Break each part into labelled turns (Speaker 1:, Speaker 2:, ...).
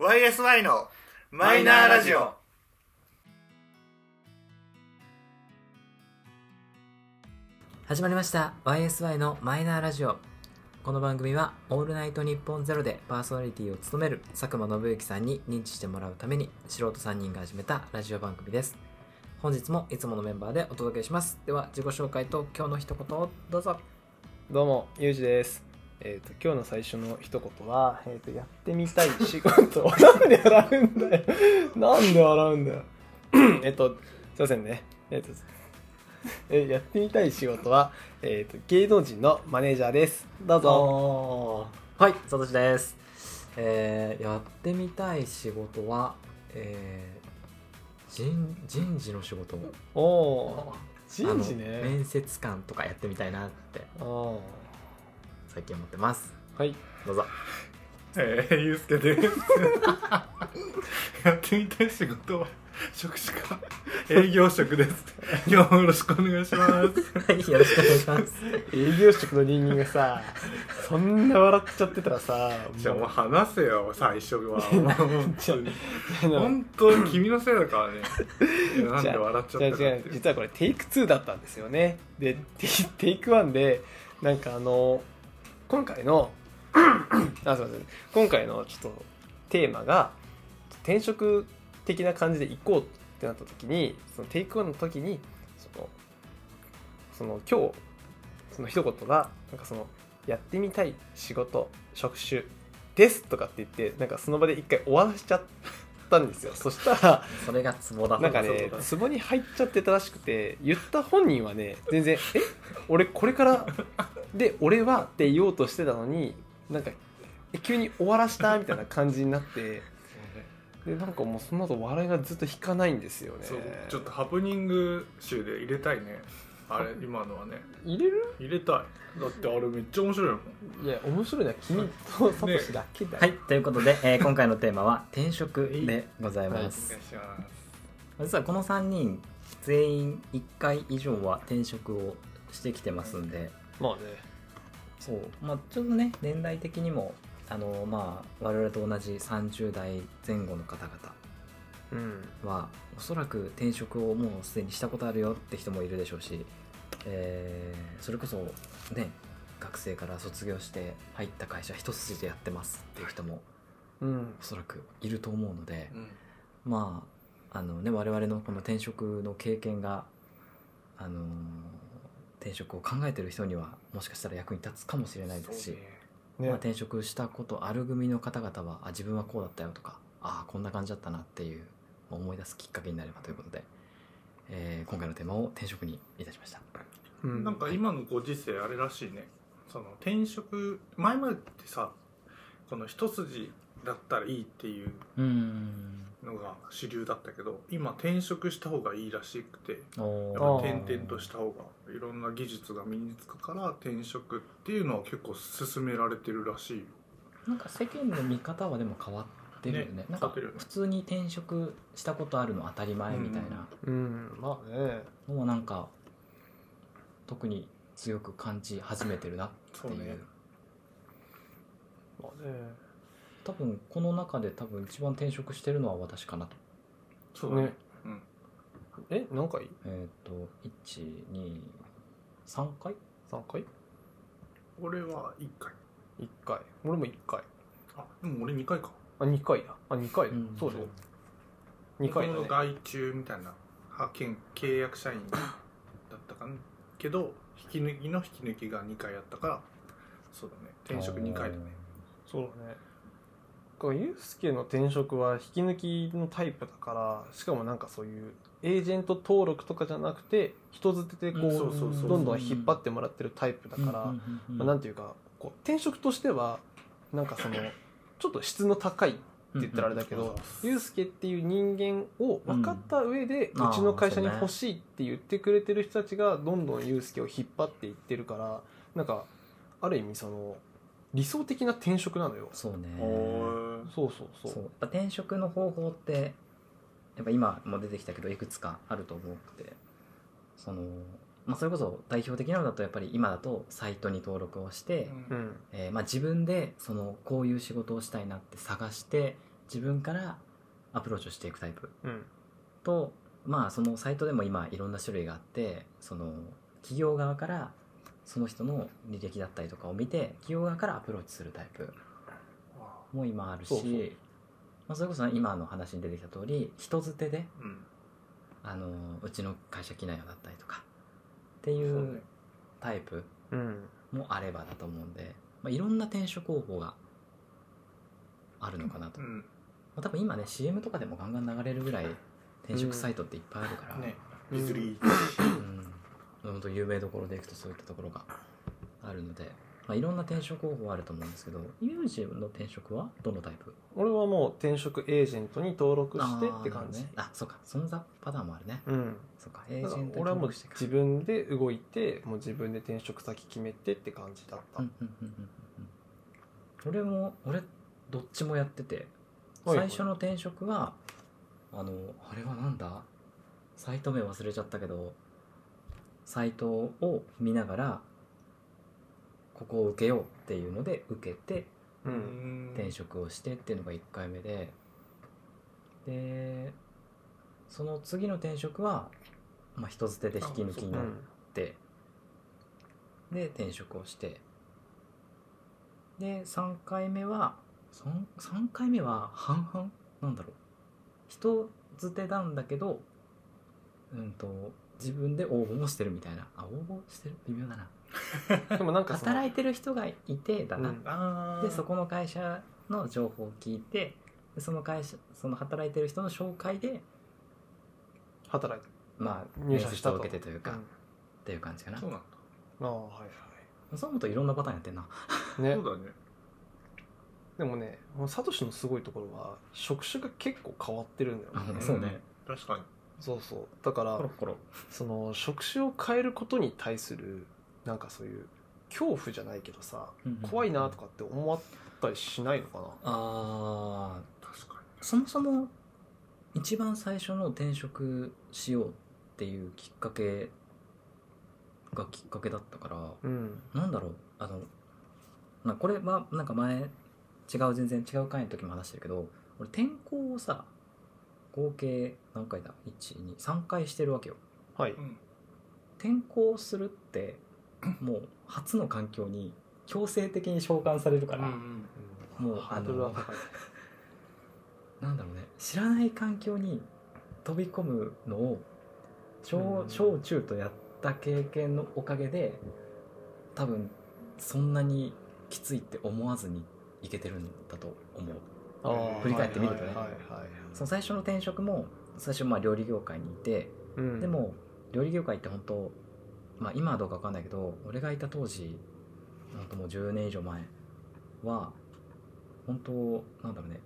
Speaker 1: YSY のマイナーラジオ。
Speaker 2: 始まりました YSY のマイナーラジオこの番組は「オールナイトニッポンゼロでパーソナリティを務める佐久間信之さんに認知してもらうために素人3人が始めたラジオ番組です本日もいつものメンバーでお届けしますでは自己紹介と今日の一言をどうぞ
Speaker 3: どうも、ゆうじです。えっ、と、今日の最初の一言は、えっ、と、やってみたい仕事。 なんで笑うんだよ。なんで笑うんだよ。 えっと、すいませんね。えっ、と、えやってみたい仕事は、えっ、と、芸能人のマネージャーです。どうぞ。
Speaker 2: ぞはいサトシですえー、やってみたい仕事はえー、人人事の仕事
Speaker 3: おおー。人事
Speaker 2: あの
Speaker 3: ね。
Speaker 2: 面接官とかやってみたいなって
Speaker 3: お
Speaker 2: 最近思ってます
Speaker 3: ーはい。
Speaker 2: どうぞ
Speaker 1: えー、ゆうすけです。 やってみたい仕事は、職 種か、営業職です。今日もよろしくお願いします。
Speaker 2: はい、よろしくお願いします。
Speaker 3: 営業職の人間がさ、そんな笑っちゃってたらさ、
Speaker 1: じゃあもう
Speaker 3: も
Speaker 1: 話せよ、最初は。
Speaker 3: うちょっと
Speaker 1: 本当に君のせいだからね。 なんで笑っちゃったかって
Speaker 3: じゃあ
Speaker 1: い
Speaker 3: じゃあ
Speaker 1: う。
Speaker 3: 実はこれテイク2だったんですよねでテイテイク1でなんかあの今回の あすいません今回のちょっとテーマが転職的な感じで行こうってなった時にそのテイク1の時にそのその今日その一言がなんかそのやってみたい仕事職種ですとかって言ってなんかその場で一回終わらしちゃったんですよそしたら
Speaker 2: それがツボだ。
Speaker 3: なんかね
Speaker 2: そうだ
Speaker 3: 壺に入っちゃってたらしくて言った本人はね全然「え俺これからで俺は」って言おうとしてたのになんかえ急に終わらしたみたいな感じになってでなんかもうその後笑いがずっと引かないんですよね
Speaker 1: そうちょっとハプニング集で入れたいね。あれ、今のはね。
Speaker 3: 入れる
Speaker 1: 入れたい。だってあれめっちゃ面白いもん。
Speaker 3: いや面白いのは君とサトシだけだよ、
Speaker 2: はい、ということで、えー今回のテーマは転職でござい
Speaker 1: お願
Speaker 2: ま
Speaker 1: いし
Speaker 2: す。
Speaker 1: ま。、
Speaker 2: 実はこの3人、全員1回以上は転職をしてきてますんで、
Speaker 3: まあね
Speaker 2: そう、まあちょっとね、年代的にも、あの、まあ、我々と同じ30代前後の方々
Speaker 3: うん
Speaker 2: はおそらく転職をもうすでにしたことあるよって人もいるでしょうし、えーそれこそね学生から卒業して入った会社一筋でやってますっていう人も
Speaker 3: うん
Speaker 2: おそらくいると思うのです
Speaker 1: うん
Speaker 2: まああのね我々のこの転職の経験が、あのー転職を考えてる人にはもしかしたら役に立つかもしれないですし、
Speaker 1: そうね
Speaker 3: ね
Speaker 2: まあ、転職したことある組の方々はあ自分はこうだったよとかああこんな感じだったなっていうまあ思い出すきっかけになればということで、えー今回のテーマを転職にいたしました
Speaker 3: う
Speaker 1: なんか今のご時世あれらしいねその転職前までってさこの一筋だったらいいっていう
Speaker 2: うん
Speaker 1: のが主流だったけど今転職した方がいいらしくて
Speaker 2: お
Speaker 1: やっ
Speaker 3: あ
Speaker 1: ぱ
Speaker 3: ー
Speaker 1: 転々とした方がいろんな技術が身につくから転職っていうのは結構勧められてるらしいよ
Speaker 2: なんか世間の見方はでも変わってるよね
Speaker 1: ね
Speaker 2: なん
Speaker 1: 変わ
Speaker 2: か
Speaker 1: ってるよね
Speaker 2: 普通に転職したことあるの当たり前みたいな
Speaker 3: うんまあね
Speaker 2: のもなんか特に強く感じ始めてるなっていう
Speaker 1: そうね
Speaker 3: まあね
Speaker 2: 多分この中で多分一番転職してるのは私かなと
Speaker 1: そうだね
Speaker 3: ねえ何回
Speaker 2: えっ、と123回
Speaker 3: ?3 回
Speaker 1: 俺は1回
Speaker 3: ?1 回俺も1回
Speaker 1: あでも俺2回か
Speaker 3: あ2回だあ二回だ、
Speaker 2: うん
Speaker 3: そうだよ2回だ、
Speaker 1: 僕
Speaker 3: ね
Speaker 1: の、外注みたいな派遣契約社員だったかなけど引き抜きの引き抜きが2回あったからそうだね転職2回だね
Speaker 3: そうだねこのユースケの転職は引き抜きのタイプだからしかもなんかそういうエージェント登録とかじゃなくて人づてでこう,、
Speaker 1: うんそうそうそう
Speaker 3: どんどん引っ張ってもらってるタイプだから、まあ、なんていうかこう転職としてはなんかそのちょっと質の高いって言ったらあれだけ
Speaker 1: うんうん
Speaker 3: ど
Speaker 1: そうそう
Speaker 3: ユースケっていう人間を分かった上で、
Speaker 2: う
Speaker 3: うんちの会社に
Speaker 2: あーそうね
Speaker 3: 欲しいって言ってくれてる人たちがどんどんユースケを引っ張っていってるからなんかある意味その理想的な転職なのよ
Speaker 2: そうね
Speaker 1: おー
Speaker 3: そうそうそう
Speaker 2: そうやっぱ転職の方法ってやっぱ今も出てきたけどいくつかあると思うくてその、まあ、それこそ代表的なのだとやっぱり今だとサイトに登録をして、
Speaker 1: うん
Speaker 3: うん
Speaker 2: えーまあ、自分でそのこういう仕事をしたいなって探して自分からアプローチをしていくタイプ
Speaker 3: うん
Speaker 2: とまあそのサイトでも今いろんな種類があってその企業側からその人の履歴だったりとかを見て企業側からアプローチするタイプ
Speaker 1: あ
Speaker 2: も今あるし
Speaker 3: そうそう
Speaker 2: まあ、それこそ今の話に出てきた通り人づてで
Speaker 1: ーうん
Speaker 2: あのうちの会社来ないよだったりとかってい
Speaker 1: そうね
Speaker 2: うタイプ
Speaker 3: うん
Speaker 2: もあればだと思うんで、まあ、いろんな転職方法があるのかなと、
Speaker 1: う
Speaker 2: ま
Speaker 1: ん
Speaker 2: あ、多分今ね CM とかでもガンガン流れるぐらい転職サイトっていっぱいあるから、
Speaker 1: ね
Speaker 3: うん
Speaker 1: リズリ
Speaker 2: うん、本当有名どころでいくとそういったところがあるので、まあ、いろんな転職方法あると思うんですけどユージの転職はどのタイプ
Speaker 3: 俺はもう転職エージェントに登録して
Speaker 2: あー
Speaker 3: って感じ
Speaker 2: なるほどねあそうかそのザパターンもあるね
Speaker 3: うん
Speaker 2: そうかエー
Speaker 3: だ
Speaker 2: ジ
Speaker 3: から
Speaker 2: ェントに
Speaker 3: 俺はもう
Speaker 2: 登録してか
Speaker 3: 自分で動いてもう自分で転職先決めてって感じだった、
Speaker 2: うんうんうんうんうんうん俺も俺どっちもやってて
Speaker 3: はい
Speaker 2: 最
Speaker 3: はい
Speaker 2: 初の転職はあのあれはなんだサイト名忘れちゃったけどサイトを見ながらここを受けようっていうので受けて
Speaker 3: う
Speaker 1: ー
Speaker 3: ん
Speaker 2: 転
Speaker 1: 職
Speaker 2: 職をしてっていうのが1回目ででその次の転職は、まあ、人捨てで引き抜きに
Speaker 3: う
Speaker 2: なっ
Speaker 3: ん
Speaker 2: ってで転職をしてで3回目は 3, 3回目は半々なんだろう人づてなんだけどうんと自分で応募もしてるみたいなあ応募してる微妙だな
Speaker 3: でもなんかその
Speaker 2: 働いてる人がいてだな、
Speaker 1: あー
Speaker 2: でそこの会社の情報を聞いてでその会社その働いてる人の紹介で
Speaker 3: 働いて
Speaker 2: まあ
Speaker 3: 入
Speaker 2: 面
Speaker 3: 社した
Speaker 2: 接
Speaker 3: と
Speaker 2: を受けてというか、
Speaker 3: うん
Speaker 2: っていう感じかな
Speaker 1: そうなん
Speaker 3: ああはい
Speaker 2: そう思うといろんなパターンやってんな
Speaker 3: はい
Speaker 1: だ
Speaker 3: ね
Speaker 1: そうだね
Speaker 3: でもねもうサトシのすごいところは職種が結構変わってるんだよ
Speaker 2: あ
Speaker 3: ね
Speaker 2: そうね
Speaker 1: 確かに
Speaker 3: そうそうだから
Speaker 2: コロコロ
Speaker 3: その職種を変えることに対するなんかそういう恐怖じゃないけどさ怖いなとかって思ったりしないのかな
Speaker 2: ああ
Speaker 1: 確か
Speaker 2: そもそも一番最初の転職しようっていうきっかけがきっかけだったから
Speaker 3: うん
Speaker 2: なんだろうあのなこれはなんか前違う全然違う回の時も話してるけど俺転校をさ合計何回だ123回してるわけよ
Speaker 3: はい
Speaker 1: にうん
Speaker 2: 転校するってもう初の環境に強制的に召喚されるから、
Speaker 1: うん
Speaker 2: もう
Speaker 3: ハードルは高い
Speaker 2: なんだろうね知らない環境に飛び込むのを小
Speaker 3: うん
Speaker 2: 小中とやった経験のおかげで多分そんなにきついって思わずにいけてるんだと思う
Speaker 3: あー
Speaker 1: 振り返ってみると
Speaker 2: ね
Speaker 3: はいはいはい
Speaker 2: その最初の転職も最初まあ料理業界にいて
Speaker 3: うん
Speaker 2: でも料理業界って本当まあ今はどうか分かんないけど俺がいた当時本当もう10年以上前は本当なんだろうね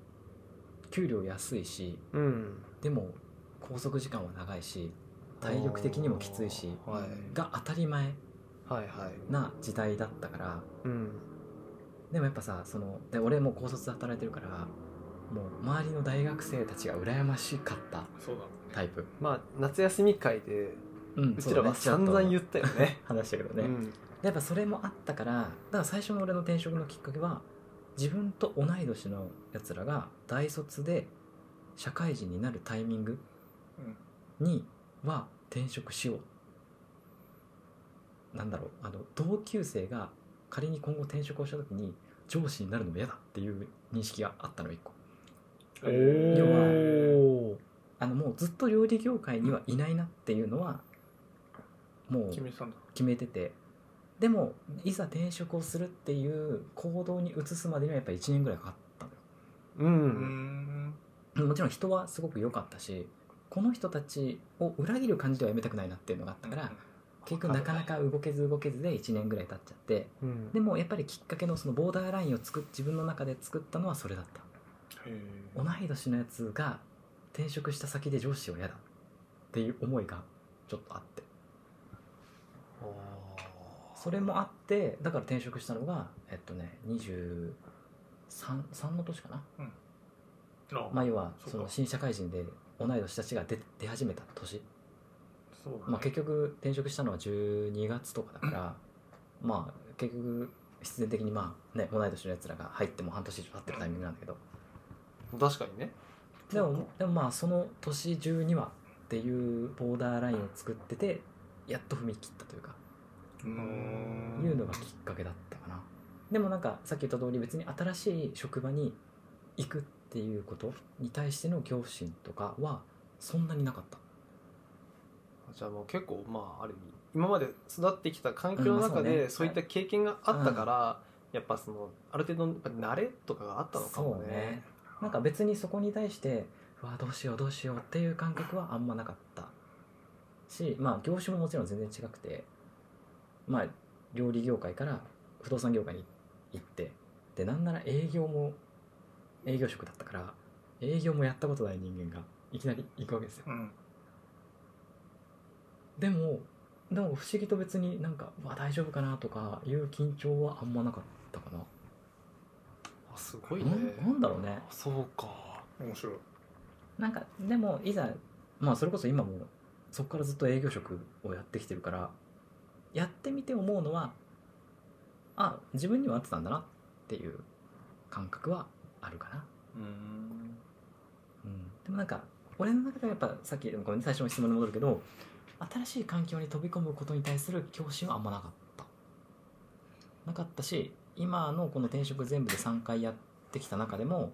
Speaker 2: 給料安いし
Speaker 3: うん
Speaker 2: でも拘束時間は長いし体力的にもきついし
Speaker 3: はい
Speaker 2: が当たり前
Speaker 3: はいはい
Speaker 2: な時代だったから
Speaker 3: うん
Speaker 2: でもやっぱさそので俺もう高卒で働いてるからもう周りの大学生たちが羨ましかった
Speaker 1: そうだね
Speaker 2: タイプ、
Speaker 3: まあ夏休み会で
Speaker 2: うん
Speaker 3: うちらは散々言
Speaker 2: っ
Speaker 3: ったよね
Speaker 2: 話したけどね、
Speaker 3: うん
Speaker 2: やっぱそれもあったからだから最初の俺の転職のきっかけは自分と同い年のやつらが大卒で社会人になるタイミング
Speaker 1: うん
Speaker 2: には転職しようなんだろうあの同級生が仮に今後転職をした時に上司になるのも嫌だっていう認識があったの一個
Speaker 3: お
Speaker 2: 要
Speaker 3: お
Speaker 2: あのもうずっと料理業界にはいないなっていうのはもう
Speaker 1: 決めてたんだ
Speaker 2: 決めててでもいざ転職をするっていう行動に移すまでにはやっぱり1年ぐらいかかったのよ
Speaker 3: う
Speaker 1: うー
Speaker 3: ん
Speaker 1: ん
Speaker 2: もちろん人はすごく良かったしこの人たちを裏切る感じではやめたくないなっていうのがあったから、結局なかなか動けず動けずで1年ぐらい経っちゃって
Speaker 3: うん
Speaker 2: でもやっぱりきっかけのそのボーダーラインを作っ自分の中で作ったのはそれだった
Speaker 1: へ
Speaker 2: 同い年のやつが転職した先で上司は嫌だっていう思いがちょっとあって
Speaker 3: おー
Speaker 2: それもあってだから転職したのがえっとね23 3の年かな、
Speaker 1: えあ
Speaker 2: まあ、要は
Speaker 1: そうか
Speaker 2: その新社会人で同い年たちが出出始めた年、
Speaker 1: そうだね
Speaker 2: まあ、結局転職したのは12月とかだからまあ結局必然的にまあね同い年のやつらが入っても半年以上経ってるタイミングなんだけど
Speaker 3: 確かにね
Speaker 2: でもでもまあその年中にはっていうボーダーラインを作っててやっと踏み切ったというか
Speaker 1: うーん
Speaker 2: いうのがきっかけだったかなでもなんかさっき言った通り別に新しい職場に行くっていうことに対しての恐怖心とかはそんなになかった
Speaker 3: じゃあもう結構まあある意味今まで育ってきた環境の中
Speaker 2: うんまあそうね
Speaker 3: でそういった経験があったから、やっぱそのある程度のやっぱ慣れとかがあったのかも
Speaker 2: そう
Speaker 3: ね
Speaker 2: ねなんか別にそこに対してうわどうしようどうしようっていう感覚はあんまなかったしまあ業種ももちろん全然違くてまあ料理業界から不動産業界に行ってでなんなら営業も営業職だったから営業もやったことない人間がいきなり行くわけですよ
Speaker 1: うん
Speaker 2: でもでも不思議と別になんかうわ大丈夫かなとかいう緊張はあんまなかったかな、
Speaker 3: あすごいね
Speaker 2: なんなんだろうね
Speaker 3: あそうか
Speaker 1: 面白い
Speaker 2: なんかでもいざまあそれこそ今もそこからずっと営業職をやってきてるからやってみて思うのはあ自分には合ってたんだなっていう感覚はあるかな、
Speaker 1: うん
Speaker 2: うん、でもなんか俺の中ではやっぱさっきごめんね最初の質問に戻るけど新しい環境に飛び込むことに対する恐怖心はあんまなかったなかったし今のこの転職全部で3回やってきた中でも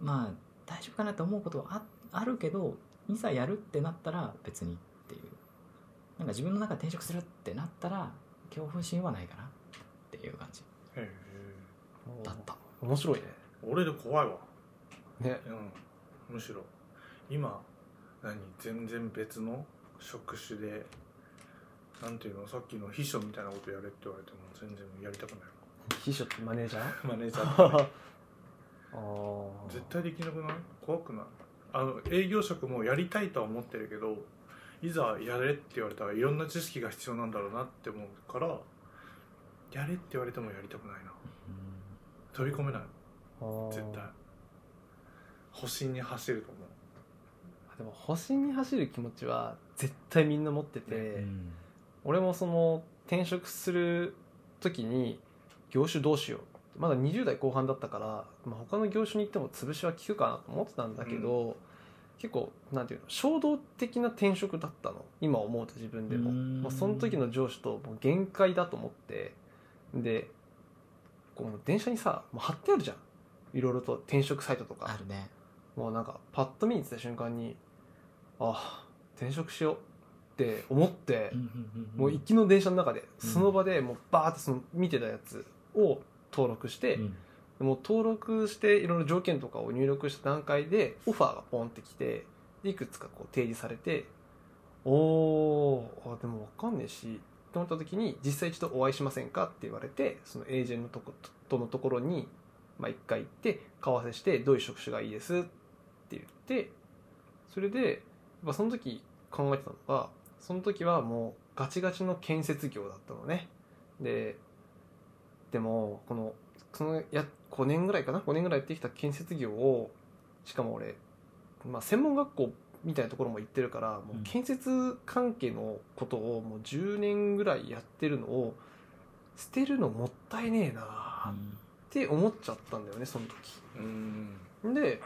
Speaker 2: まあ大丈夫かなと思うことはああるけどいざやるってなったら別にっていうなんか自分の中で転職するってなったら恐怖心はないかなっていう感じ
Speaker 1: へえ
Speaker 2: だった
Speaker 3: 面白い
Speaker 1: 俺で怖いわ
Speaker 3: ねね
Speaker 1: うんむしろ今何全然別の職種でなんていうのさっきの秘書みたいなことやれって言われても全然やりたくない
Speaker 3: 秘書ってマネージャー
Speaker 1: マネージャー
Speaker 3: ああ
Speaker 1: 絶対できなくない怖くないあの営業職もやりたいとは思ってるけどいざやれって言われたらいろんな知識が必要なんだろうなって思うからやれって言われてもやりたくないな飛び込めない絶対星に走ると思う
Speaker 3: でも星に走る気持ちは絶対みんな持ってて、
Speaker 2: うん
Speaker 3: 俺もその転職する時に業種どうしようってまだ20代後半だったから、まあ、他の業種に行っても潰しは効くかなと思ってたんだけど、結構なんていうの衝動的な転職だったの今思うと自分でも
Speaker 2: うん
Speaker 3: もうその時の上司ともう限界だと思ってでこうもう電車にさもう貼ってあるじゃんいろいろと転職サイトとか
Speaker 2: あるね
Speaker 3: もうなんかパッと見に行った瞬間にあ転職しようって思って。もう行きの電車の中で、
Speaker 2: うん
Speaker 3: その場でもうバーってその見てたやつを登録して、
Speaker 2: うん
Speaker 3: もう登録していろいろ条件とかを入力した段階でオファーがポンってきてでいくつかこう提示されておーあでも分かんねえしと思った時に実際一度お会いしませんかって言われてそのエージェントのとことのところにまあ、一回行って顔合わせしてどういう職種がいいですって言ってそれで、まあ、その時考えてたのがその時はもうガチガチの建設業だったのねででもこのそのや5年ぐらいかな5年ぐらいやってきた建設業をしかも俺、まあ、専門学校みたいなところも行ってるからもう建設関係のことをもう10年ぐらいやってるのを捨てるのもったいねえなって思っちゃったんだよねその時
Speaker 1: う ん
Speaker 3: で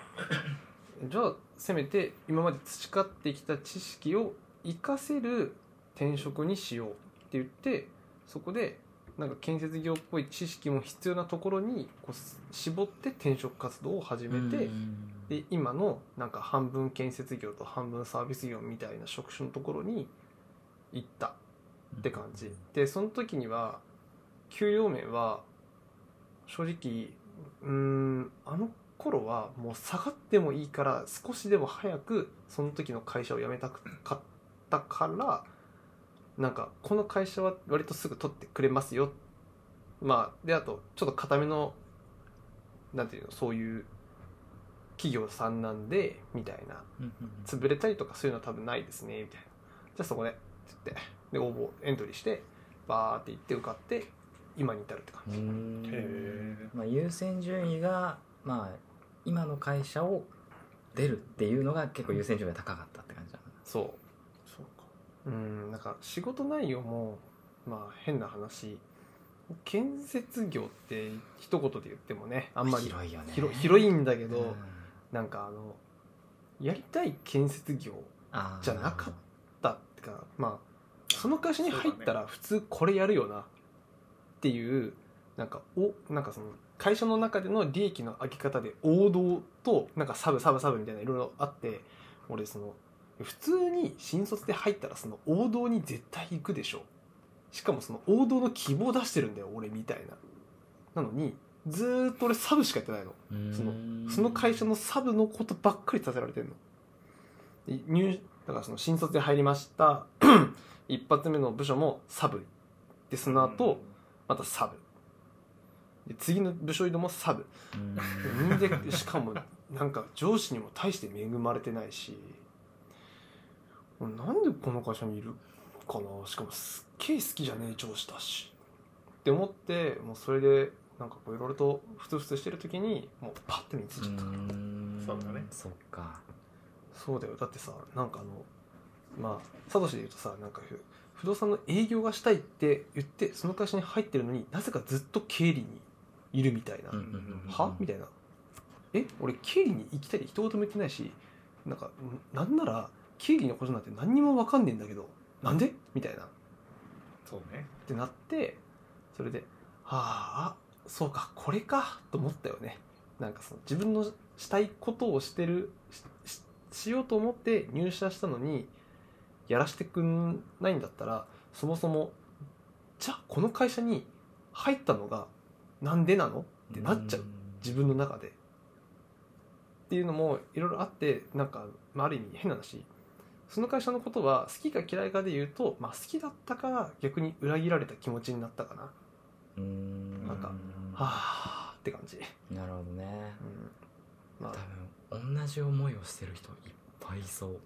Speaker 3: じゃあせめて今まで培ってきた知識を活かせる転職にしようって言ってそこでなんか建設業っぽい知識も必要なところにこう絞って転職活動を始めて、
Speaker 2: うん
Speaker 3: で今のなんか半分建設業と半分サービス業みたいな職種のところに行ったって感じでその時には給料面は正直うーんあの頃はもう下がってもいいから少しでも早くその時の会社を辞めたくかったからなんかこの会社は割とすぐ取ってくれますよまあであとちょっと固めのなんていうのそういう企業さんなんでみたいな
Speaker 2: うん
Speaker 3: 潰れたりとかそういうのは多分ないですねみたいなじゃあそこでって言ってで応募エントリーしてバーって行って受かって今に至るって感
Speaker 2: う
Speaker 3: じ、
Speaker 2: ん
Speaker 1: へえ
Speaker 2: まあ、優先順位が、まあ、今の会社を出るっていうのが結構優先順位が高かったって感じだ
Speaker 3: そ
Speaker 1: そうか
Speaker 3: ううんなんか仕事内容もまあ変な話建設業って一言で言ってもねあ
Speaker 2: あ
Speaker 3: んまり
Speaker 2: 広いよね
Speaker 3: 広広
Speaker 2: い
Speaker 3: いんだけど、
Speaker 2: うん
Speaker 3: なんかあのやりたい建設業
Speaker 2: あー
Speaker 3: じゃなかだってかまあその会社に入ったら普通これやるよなっていうなんかおなんかその会社の中での利益の上げ方で王道となんかサブサブサブみたいないろいろあって俺その普通に新卒で入ったらその王道に絶対行くでしょしかもその王道の希望出してるんだよ俺みたいななのにずーっと俺サブしかやってないの
Speaker 2: うーん
Speaker 3: そその会社のサブのことばっかりさせられてんの。で入だからその新卒で入りました。 一発目の部署もサブ。で、その後、またサブ。で、次の部署移動もサブ。
Speaker 2: うーん
Speaker 3: で人間しか も、なんか上司にも大して恵まれてないし、俺なんでこの会社にいるかなしかもすっげえ好きじゃねえ上司だし。って思って、もうそれで、なんかこういろいろとふつふつしてる時に、もうパッて見ついちゃった。
Speaker 2: うーん
Speaker 1: そうだね
Speaker 2: そっか
Speaker 3: そうだよだってさなんかあのまあサトシで言うとさなんかふ不動産の営業がしたいって言ってその会社に入ってるのになぜかずっと経理にいるみたいな、
Speaker 2: うんうんうんうん
Speaker 3: はみたいなえ俺経理に行きたいって一言も言ってないしなんかんなんなら経理のことなんて何にも分かんねえんだけどなんでみたいなっ
Speaker 1: そうね
Speaker 3: てなってそれで「はああそうかこれか」と思ったよねなんかその自分のしたいことをしてるしししようと思って入社したのにやらせてくんないんだったらそもそもじゃあこの会社に入ったのがなんでなのってなっちゃう自分の中でっていうのもいろいろあってなんか、まあ、ある意味変な話その会社のことは好きか嫌いかで言うと、まあ、好きだったか逆に裏切られた気持ちになったかなは
Speaker 2: うーん
Speaker 3: なんかあって感じ、
Speaker 2: なるほどね
Speaker 3: うんまあ
Speaker 2: 多分同じ思いをしてる人いっぱいいそう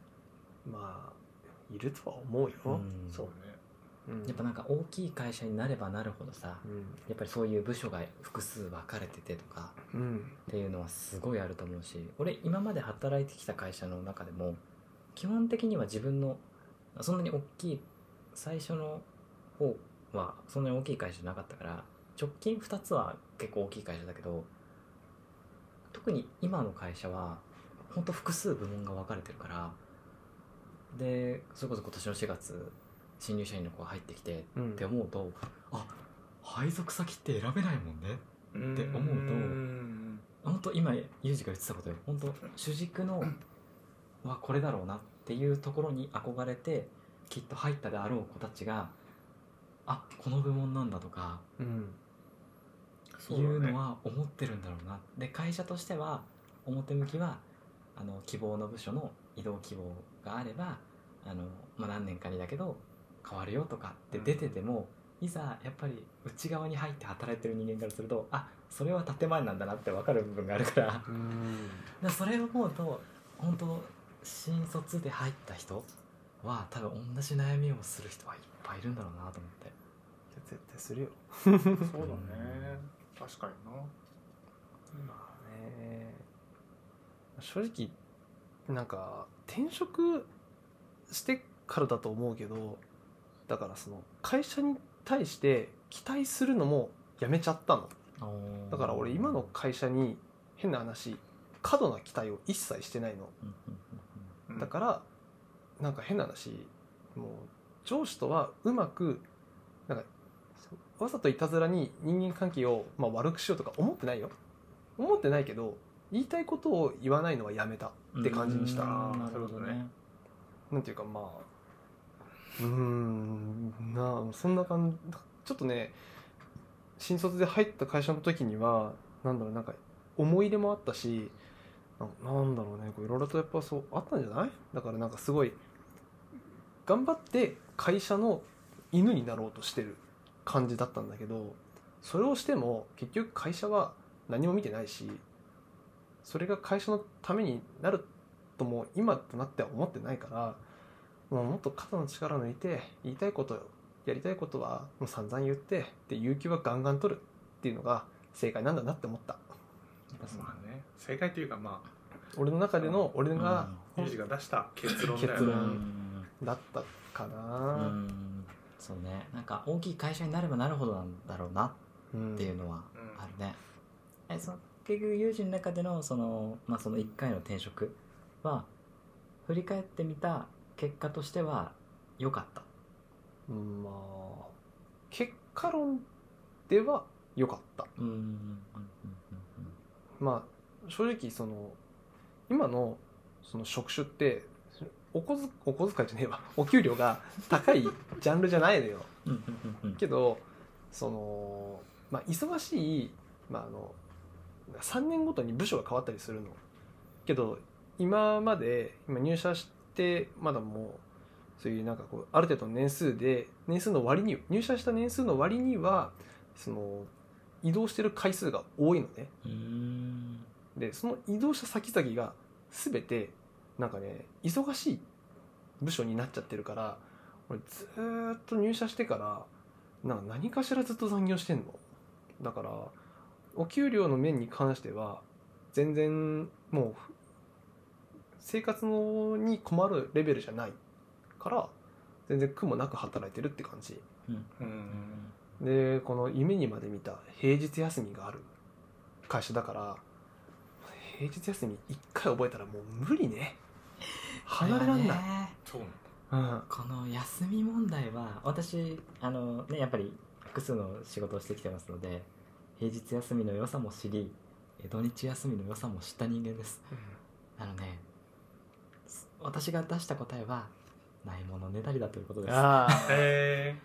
Speaker 3: まあいるとは思うよ、
Speaker 2: うん
Speaker 1: そうね
Speaker 3: うん
Speaker 2: やっぱなんか大きい会社になればなるほどさ
Speaker 3: うん
Speaker 2: やっぱりそういう部署が複数分かれててとか
Speaker 3: うん
Speaker 2: っていうのはすごいあると思うし俺今まで働いてきた会社の中でも基本的には自分のそんなに大きい最初の方はそんなに大きい会社じゃなかったから直近2つは結構大きい会社だけど特に今の会社はほんと複数部門が分かれてるからでそれこそ今年の4月新入社員の子が入ってきて
Speaker 3: うん
Speaker 2: って思うとあ配属先って選べないもんね
Speaker 1: って
Speaker 2: 思うと
Speaker 1: ん
Speaker 2: 本当今ユージが言ってたことよ本当主軸のはこれだろうなっていうところに憧れてきっと入ったであろう子たちがあこの部門なんだとか
Speaker 3: うん
Speaker 2: い
Speaker 1: そううだね
Speaker 2: のは思ってるんだろうなで会社としては表向きはあの希望の部署の移動希望があればあの、まあ、何年かにだけど変わるよとかって出てても、いざやっぱり内側に入って働いてる人間からするとあそれは建前なんだなって分かる部分がある から。
Speaker 3: うん
Speaker 2: だからそれを思うと本当新卒で入った人は多分同じ悩みをする人はいっぱいいるんだろうなと思って
Speaker 3: 絶対するよ
Speaker 1: そうだね確かにな
Speaker 3: まあね正直なんか転職してからだと思うけどだからその会社に対して期待するのもやめちゃったのだから俺今の会社に変な話過度な期待を一切してないの
Speaker 2: うんうん
Speaker 1: うん
Speaker 3: だからなんか変な話もう上司とはうまくなんかわざといたずらに人間関係を、まあ、悪くしようとか思ってないよ思ってないけど言いたいことを言わないのはやめた
Speaker 2: うん
Speaker 3: って感じにした
Speaker 2: うんな
Speaker 1: な
Speaker 2: る
Speaker 1: る
Speaker 2: ほ
Speaker 1: ほ
Speaker 2: ど
Speaker 1: ど
Speaker 2: ね
Speaker 1: ね
Speaker 3: なんていうかまあうーんなあそんな感じちょっとね新卒で入った会社の時にはなんだろうなんか思い入れもあったしななんだろうねこういろいろとやっぱそうあったんじゃないだからなんかすごい頑張って会社の犬になろうとしてる感じだったんだけどそれをしても結局会社は何も見てないしそれが会社のためになるとも今となっては思ってないからもうもっと肩の力抜いて言いたいことやりたいことはもう散々言ってで有給はガンガン取るっていうのが正解なんだなって思った
Speaker 2: やっぱその
Speaker 1: まあね正解というかまあ
Speaker 3: 俺の中での俺が
Speaker 1: ユージが出した結論だよね
Speaker 3: 結論
Speaker 2: うん
Speaker 3: だったか
Speaker 2: う
Speaker 3: な、
Speaker 2: んそうねなんか大きい会社になればなるほどなんだろうな
Speaker 3: うん
Speaker 2: っていうのはあるね、えそ結局友人の中でのその,、まあ、その1回の転職は振り返ってみた結果としては良かった
Speaker 3: うんまあ結果論では良かった
Speaker 2: うんうんうんうん
Speaker 3: まあ正直その今のその職種ってお小ずお小遣いじゃねえわお給料が高いジャンルじゃないのよ
Speaker 2: うんうんうんうんうん
Speaker 3: けどその、まあ、忙しい、まあ、あの3年ごとに部署が変わったりするのけど今まで今入社してまだもうそういうなんかこうある程度の年数で年数の割に入社した年数の割にはその移動してる回数が多いのね
Speaker 2: うーん
Speaker 3: でその移動した先々が全てなんかね忙しい部署になっちゃってるから俺ずーっと入社してからなんか何かしらずっと残業してんのだからお給料の面に関しては全然もう生活のに困るレベルじゃないから全然苦もなく働いてるって感じ
Speaker 2: うん
Speaker 1: う
Speaker 2: うんん
Speaker 3: でこの夢にまで見た平日休みがある会社だから平日休み一回覚えたらもう無理ね離れらんない、
Speaker 2: これはね
Speaker 1: そうなの
Speaker 3: うん
Speaker 2: この休み問題は私あのねやっぱり複数の仕事をしてきてますので平日休みの良さも知りえ土日休みの良さも知った人間ですあのねす私が出した答えはないものねだりだということですあ
Speaker 3: ああ
Speaker 1: え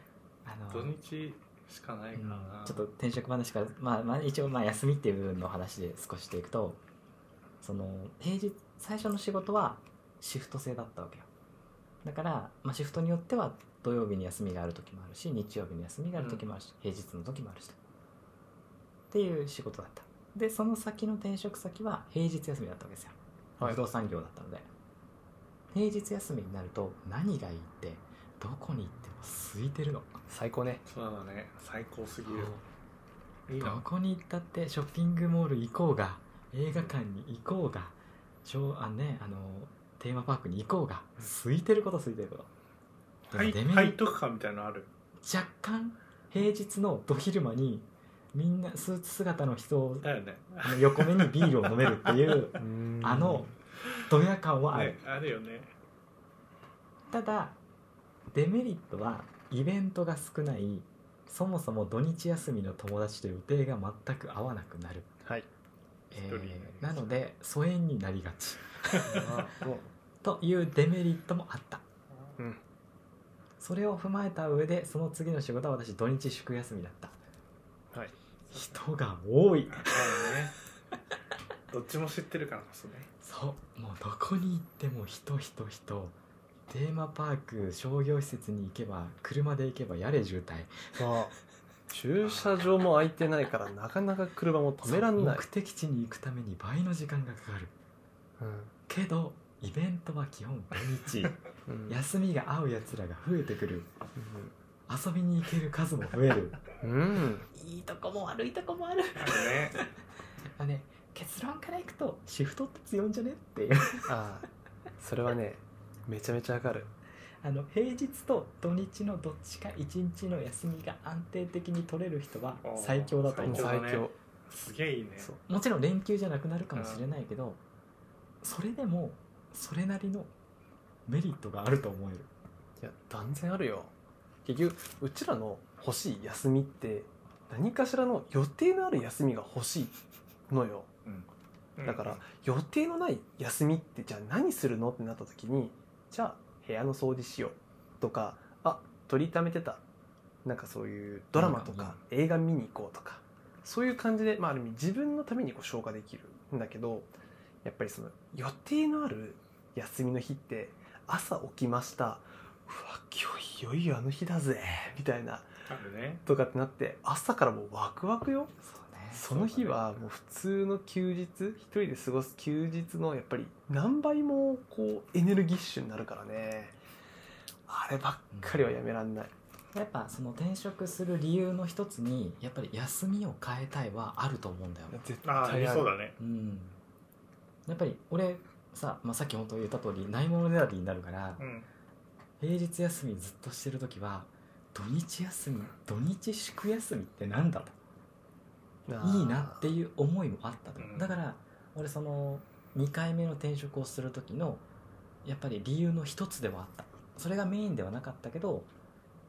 Speaker 2: の
Speaker 1: ー、土日しかないから
Speaker 2: う
Speaker 1: なん
Speaker 2: ちょっと転職話から、まあ、まあ一応まあ休みっていう部分の話で少ししていくとその平日最初の仕事はシフト制だったわけよだから、まあ、シフトによっては土曜日に休みがある時もあるし日曜日に休みがある時もあるし、平日の時もあるしとっていう仕事だったでその先の転職先は平日休みだったわけですよ
Speaker 3: はい
Speaker 2: 不動産業だったので平日休みになると何がいいってどこに行っても空いてるの
Speaker 3: 最高ね
Speaker 1: そうだね最高すぎるいい
Speaker 2: ど
Speaker 1: な
Speaker 2: こに行ったってショッピングモール行こうが映画館に行こうがしょうあ、ね、あのテーマパークに行こうが空いてること空いてること
Speaker 1: 背
Speaker 2: でもデメリ
Speaker 1: 背徳感みたいなのある
Speaker 2: 若干平日のど昼間にみんなスーツ姿の人を
Speaker 1: だよね
Speaker 2: あの横目にビールを飲めるっていうあ
Speaker 3: あ
Speaker 2: のドヤ感はある、
Speaker 1: ねあるよね
Speaker 2: ただデメリットはイベントが少ないそもそも土日休みの友達と予定が全く合わなくなる
Speaker 3: はい
Speaker 2: え
Speaker 1: 一人
Speaker 2: ーなので疎遠になりがち
Speaker 3: も
Speaker 2: というデメリットもあった
Speaker 3: ううん
Speaker 2: それを踏まえた上でその次の仕事は私土日祝休みだった
Speaker 3: はい
Speaker 2: 人が多 い
Speaker 1: あるねどっちも知ってるからこそね
Speaker 2: そうもうどこに行っても人人人テーマパーク商業施設に行けば車で行けばやれ渋滞
Speaker 3: そう駐車場も空いてないからなかなか車も止めらんない
Speaker 2: 目的地に行くために倍の時間がかかる
Speaker 3: う
Speaker 2: けどイベントは基本 土日
Speaker 3: んうん
Speaker 2: 休みが合うやつらが増えてくる遊びに行ける数も増える
Speaker 3: うん
Speaker 2: いいとこも悪いとこもある
Speaker 1: あるね
Speaker 2: あね結論からいくとシフトって強いんじゃねっていう
Speaker 3: ああそれはねめちゃめちゃわかる
Speaker 2: あの平日と土日のどっちか一日の休みが安定的に取れる人は
Speaker 1: あー
Speaker 2: 最強だと
Speaker 3: も
Speaker 2: 思
Speaker 3: う
Speaker 2: う
Speaker 1: 強だ
Speaker 3: 最
Speaker 1: ね
Speaker 3: 強
Speaker 1: すげえいいね
Speaker 3: そう
Speaker 2: もちろん連休じゃなくなるかもしれないけどそれでもそれなりのメリットがあると思える
Speaker 3: いや断然あるよ結局うちらの欲しい休みって何かしらの予定のある休みが欲しいのよ
Speaker 1: うん
Speaker 3: だから予定のない休みってじゃあ何するのってなった時にじゃあ部屋の掃除しようとかあ取りためてたなんかそういうドラマとか映画見に行こうとかそういう感じで、まあ、ある意味自分のためにこう消化できるんだけどやっぱりその予定のある休みの日って朝起きましたうわ今日いよいよあの日だぜみたいな
Speaker 1: あるね
Speaker 3: とかってなって朝からもうワクワクよ
Speaker 2: そうね
Speaker 3: その日はもう普通の休日一人で過ごす休日のやっぱり何倍もこうエネルギッシュになるからねあればっかりはやめらんない、
Speaker 2: やっぱその転職する理由の一つにやっぱり休みを変えたいはあると思うんだよね
Speaker 3: 絶対
Speaker 1: ああ
Speaker 3: ある
Speaker 1: そうだね
Speaker 2: うんやっぱり俺さ、まあ、さっき本当言った通りないものねだりになるから
Speaker 1: うん
Speaker 2: 平日休みずっとしてる時は土日休み土日祝休みってなんだといいなって
Speaker 3: う
Speaker 2: いう思いもあったと、
Speaker 1: うん
Speaker 2: だから俺その2回目の転職をする時のやっぱり理由の一つでもあったそれがメインではなかったけど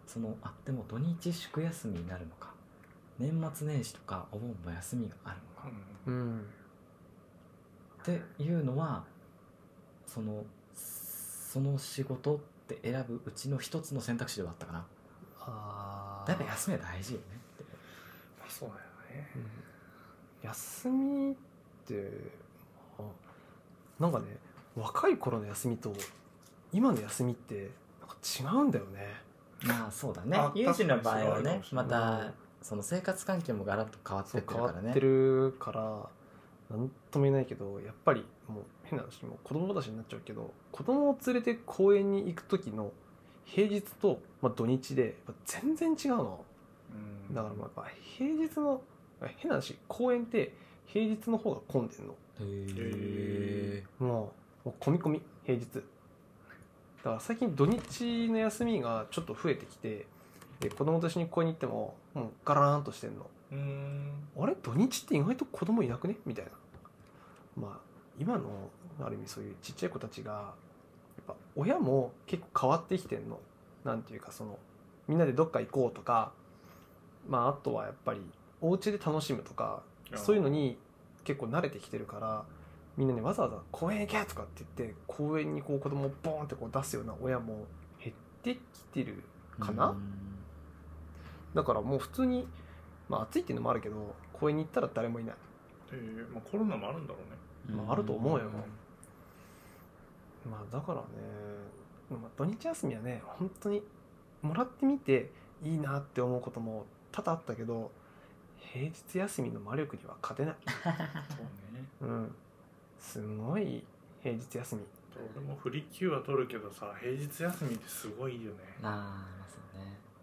Speaker 2: そのあでも土日祝休みになるのか年末年始とかお盆も休みがあるのか
Speaker 3: うん
Speaker 2: っていうのはそのその仕事って選ぶうちの一つの選択肢ではあったかな
Speaker 3: あー
Speaker 2: だから休みは大事よねって
Speaker 1: まあそうだよね
Speaker 3: うん休みってあなんかね若い頃の休みと今の休みってなんか違うんだよね
Speaker 2: まあそうだね
Speaker 1: あ
Speaker 2: 有事の場合は
Speaker 1: 確か
Speaker 2: ね
Speaker 1: にそう
Speaker 2: ま
Speaker 1: だ
Speaker 3: かもしれない
Speaker 2: たその生活環境もガラッと変わって
Speaker 3: そう
Speaker 2: ってる
Speaker 3: 変
Speaker 2: か
Speaker 3: わ
Speaker 2: ら
Speaker 3: っ
Speaker 2: ね
Speaker 3: てるからなんとも言えないけどやっぱりもう変な話もう子供たちになっちゃうけど子供を連れて公園に行く時の平日と、まあ、土日でやっぱ全然違うの
Speaker 1: うん
Speaker 3: だからもうやっぱ平日の変な話公園って平日の方が混んでんの
Speaker 2: へ
Speaker 1: へ
Speaker 2: え
Speaker 3: もうもう込み込み平日だから最近土日の休みがちょっと増えてきてで子供と一緒に公園に行ってももうガラーンとしてんの
Speaker 1: うん
Speaker 3: あれ土日って意外と子供いなくねみたいなまあ今のある意味そういうちっちゃい子たちがやっぱ親も結構変わってきてんのなんていうかそのみんなでどっか行こうとかまああとはやっぱりお家で楽しむとかそういうのに結構慣れてきてるからみんなねわざわざ公園行けとかって言って公園にこう子供をボーンってこう出すような親も減ってきてるかなだからもう普通にまあ暑いっていうのもあるけど公園に行ったら誰もいない、
Speaker 1: えまあ、コロナもあるんだろうね
Speaker 3: まあ、あると思うよ
Speaker 1: ん
Speaker 3: まあだからね、まあ、土日休みはね本当にもらってみていいなって思うことも多々あったけど平日休みの魔力には勝てない、
Speaker 1: そうね
Speaker 3: うん、すごい平日休み
Speaker 1: 俺もフリー級は取るけどさ平日休みってすごいよね
Speaker 2: あーまあ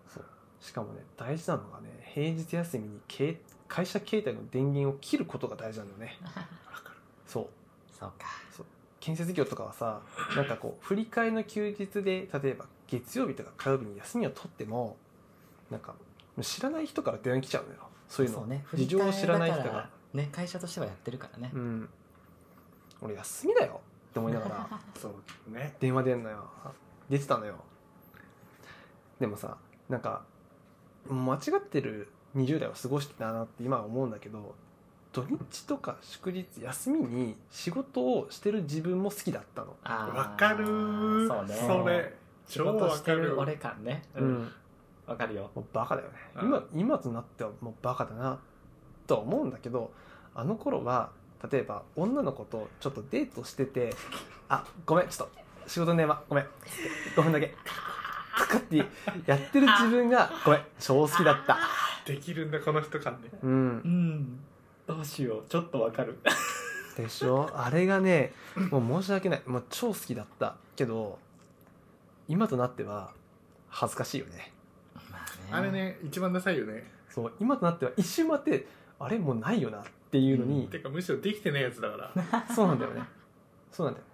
Speaker 2: そうね
Speaker 3: しかもね大事なのがね平日休みに携会社携帯の電源を切ることが大事なんだよねそう
Speaker 2: そうか
Speaker 3: 建設業とかはさなんかこう振り替えの休日で例えば月曜日とか火曜日に休みを取ってもなんか知らない人から電話来ちゃうのよそういうの
Speaker 2: ね
Speaker 3: 事情を知らない人
Speaker 2: 振り替えだ
Speaker 3: が
Speaker 2: か、らね会社としてはやってるからね
Speaker 3: うん、俺休みだよって思いながら
Speaker 1: そうね
Speaker 3: 電話出んのよ出てたのよでもさなんか間違ってる20代を過ごしてたなって今は思うんだけど土日とか祝日休みに仕事をしてる自分も好きだったの
Speaker 2: あー
Speaker 1: わかるー
Speaker 2: そうね
Speaker 1: それ
Speaker 2: 仕
Speaker 1: 超
Speaker 2: 事
Speaker 1: わ
Speaker 2: して
Speaker 1: か
Speaker 2: る
Speaker 1: る
Speaker 2: 俺感ね
Speaker 3: うん
Speaker 2: わかるよ
Speaker 3: もうバカだよね、
Speaker 1: うん
Speaker 3: 今今となってはもうバカだなとは思うんだけどあの頃は例えば女の子とちょっとデートしてて「あごめんちょっと仕事の電話ごめん5分だけ」カカってやってる自分がごめん超好きだった
Speaker 1: できるんだこの人感ね
Speaker 3: うん
Speaker 2: んどうしようちょっとわかる
Speaker 3: でしょあれがねもう申し訳ないもう超好きだったけど今となっては恥ずかしいよね
Speaker 2: ま
Speaker 1: あれね一番ダサいよね
Speaker 3: そう今となっては一瞬待ってあれもうないよなっていうのに、
Speaker 1: てかむしろできてないやつだから
Speaker 3: そうなんだよね。そうなんだよ。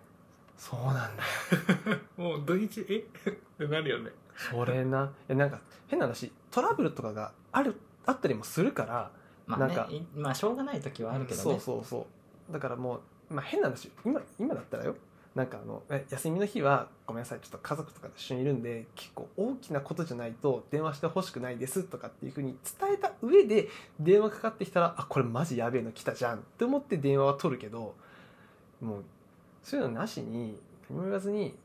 Speaker 3: そうなんだよ。
Speaker 1: もう土日え ってなるよね
Speaker 3: それな。いや、なんか、変な話、トラブルとかがある、あったりもするから、
Speaker 2: まあ
Speaker 3: なんか
Speaker 2: ねいまあしょうがない時はあるけどね
Speaker 3: そうそうそう。だからもう、まあ変な話、今、今だったらよ。なんかあの、え休みの日は、ごめんなさい、ちょっと家族とかと一緒にいるんで、結構大きなことじゃないと電話してほしくないですとかっていうふうに伝えた上で、電話かかってきたら、あ、これマジやべえの来たじゃんって思って電話は取るけど、もう、そういうのなしに、何も言わずに、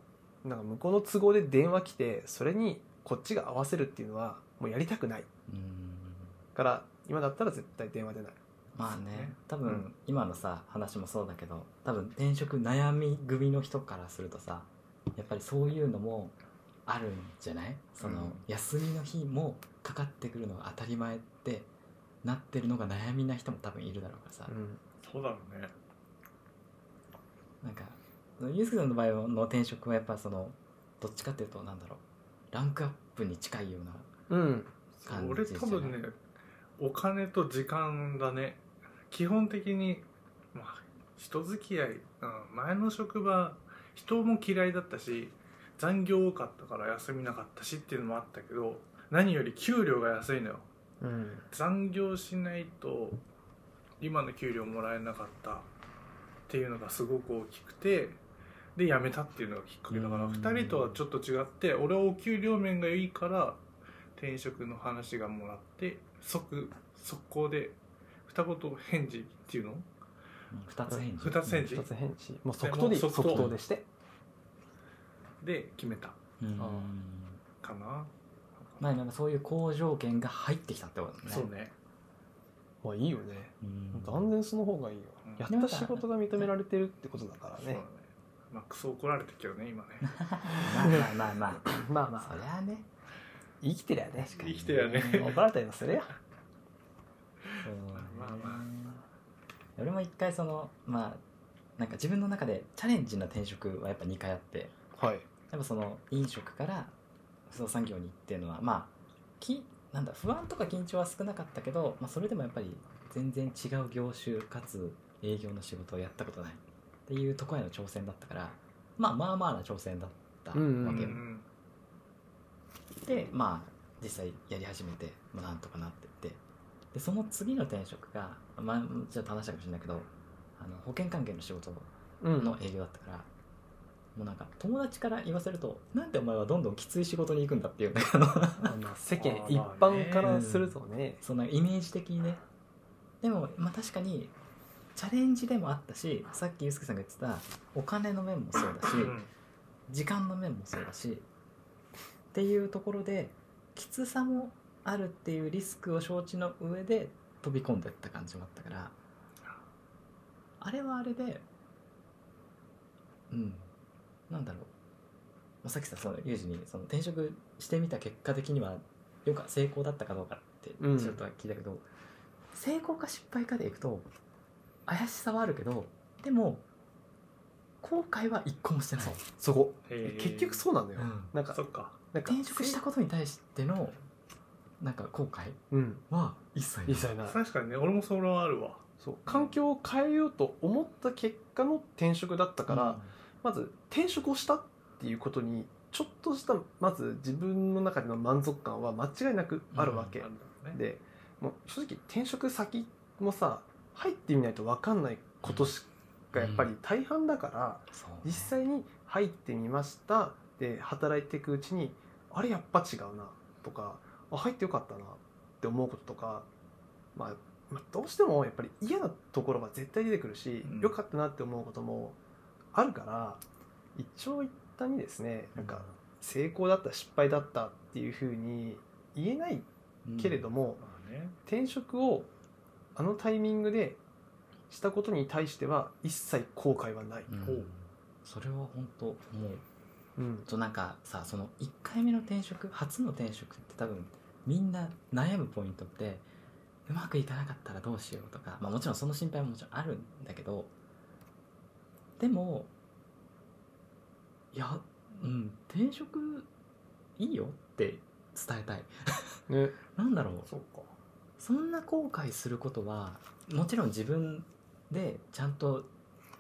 Speaker 3: なんか向こうの都合で電話来て、それにこっちが合わせるっていうのは、もうやりたくない。
Speaker 2: うん
Speaker 3: から、今だったら絶対電話出ない。
Speaker 2: まあね多
Speaker 3: う
Speaker 2: 分
Speaker 3: ん
Speaker 2: 今のさ話もそうだけど多分転職悩み組の人からするとさやっぱりそういうのもあるんじゃないその、
Speaker 1: うん
Speaker 2: 休みの日もかかってくるのが当たり前ってなってるのが悩みな人も多分いるだろうからさ、
Speaker 3: うん。
Speaker 1: そうだろうね
Speaker 2: なんかユースケさんの場合の転職はやっぱそのどっちかっていうとなんだろうランクアップに近いような
Speaker 3: うん。
Speaker 2: 感じ
Speaker 1: 俺多分ねお金と時間だね基本的に、まあ、人付き合い、うん、前の職場人も嫌いだったし残業多かったから休みなかったしっていうのもあったけど何より給料が安いのよ
Speaker 3: うん。
Speaker 1: 残業しないと今の給料もらえなかったっていうのがすごく大きくてで辞めたっていうのがきっかけだから
Speaker 2: うん
Speaker 1: 2人とはちょっと違って俺はお給料面がいいから転職の話がもらって即速攻で二言返事っていうの
Speaker 2: 二つ返事
Speaker 1: 二つ返事
Speaker 3: 一つ返事もう即答でいい
Speaker 1: でもう
Speaker 3: 即
Speaker 1: 即答
Speaker 3: 答でして
Speaker 1: で決めた
Speaker 2: うん
Speaker 3: あ
Speaker 1: かな、
Speaker 2: まあなんかそういう好条件が入ってきたってことだね
Speaker 1: そうね
Speaker 3: まあいいよね
Speaker 2: うん
Speaker 3: 断然その方がいいよ
Speaker 1: うん
Speaker 3: やった仕事が認められてるってことだから
Speaker 1: そうだ
Speaker 3: ね
Speaker 1: ねまあクソ怒られたけどね今ね
Speaker 2: まあまあまあまあ
Speaker 3: まあ
Speaker 2: まあ
Speaker 3: ま
Speaker 2: そり
Speaker 3: あ
Speaker 2: ゃあね
Speaker 3: 生きてりゃね
Speaker 1: 生きてるよね
Speaker 3: 怒られたりもするよ
Speaker 2: そうね
Speaker 1: まあまあ
Speaker 2: 俺も一回そのまあなんか自分の中でチャレンジな転職はやっぱ2回あって
Speaker 3: はい
Speaker 2: やっぱその飲食から不動産業に行っていうのはまあきなんだ不安とか緊張は少なかったけど、まあ、それでもやっぱり全然違う業種かつ営業の仕事をやったことないっていうところへの挑戦だったから、まあ、まあまあな挑戦だったわけよ、
Speaker 3: うんうんう
Speaker 2: でまあ実際やり始めて、まあ、なんとかなってってでその次の転職が、まあ、ちょっと話したかもしれないけどあの保険関係の仕事
Speaker 3: うん
Speaker 2: の営業だったから、もうなんか友達から言わせるとなんでお前はどんどんきつい仕事に行くんだっていうねあの
Speaker 3: まあまあ世間
Speaker 1: あー
Speaker 3: 一
Speaker 1: まあね
Speaker 3: 般からするとね
Speaker 2: そのイメージ的にねでもまあ確かにチャレンジでもあったしさっきユースケさんが言ってたお金の面もそうだし、
Speaker 1: うんうん
Speaker 2: 時間の面もそうだしっていうところできつさもあるっていうリスクを承知の上で飛び込んでった感じもあったからあれはあれでうんなんだろうまあさっきさそのユージにその転職してみた結果的にはよく成功だったかどうかって
Speaker 3: うん
Speaker 2: ちょっとは聞いたけど、成功か失敗かでいくと怪しさはあるけどでも後悔は一個もしてない。
Speaker 3: そこ
Speaker 1: へー
Speaker 3: 結局そうなのよ
Speaker 2: うん
Speaker 3: なんか
Speaker 1: そっか
Speaker 3: なんか
Speaker 2: 転職したことに対してのなんか後悔
Speaker 3: うん
Speaker 2: は一切ない
Speaker 3: 一切ない
Speaker 1: 確かにね俺もそれはあるわ
Speaker 3: そう環境を変えようと思った結果の転職だったから、まず転職をしたっていうことにちょっとしたまず自分の中での満足感は間違いなくあるわ
Speaker 1: あ
Speaker 3: け
Speaker 1: る、んだろうね
Speaker 3: でもう正直転職先もさ入ってみないと分かんないことしかやっぱり大半だから、
Speaker 2: そう
Speaker 3: 実際に入ってみましたで働いていくうちにあれやっぱ違うなとかあ入ってよかったなって思うこととか、まあ、まあどうしてもやっぱり嫌なところが絶対出てくるし、
Speaker 1: うん
Speaker 3: よかったなって思うこともあるから一長一短にですねなんか成功だった失敗だったっていうふうに言えないけれど
Speaker 2: も、
Speaker 3: も、
Speaker 1: まあね
Speaker 3: 転職をあのタイミングでしたことに対しては一切後悔はない。
Speaker 2: うん
Speaker 1: ほう
Speaker 2: それは本当もう
Speaker 3: うん
Speaker 2: となんかさその1回目の転職初の転職って多分みんな悩むポイントってうまくいかなかったらどうしようとか、まあ、もちろんその心配ももちろんあるんだけどでもいやうん転職いいよって伝えたい
Speaker 3: ね、
Speaker 2: なんだろう
Speaker 1: そっか
Speaker 2: そんな後悔することはもちろん自分でちゃんと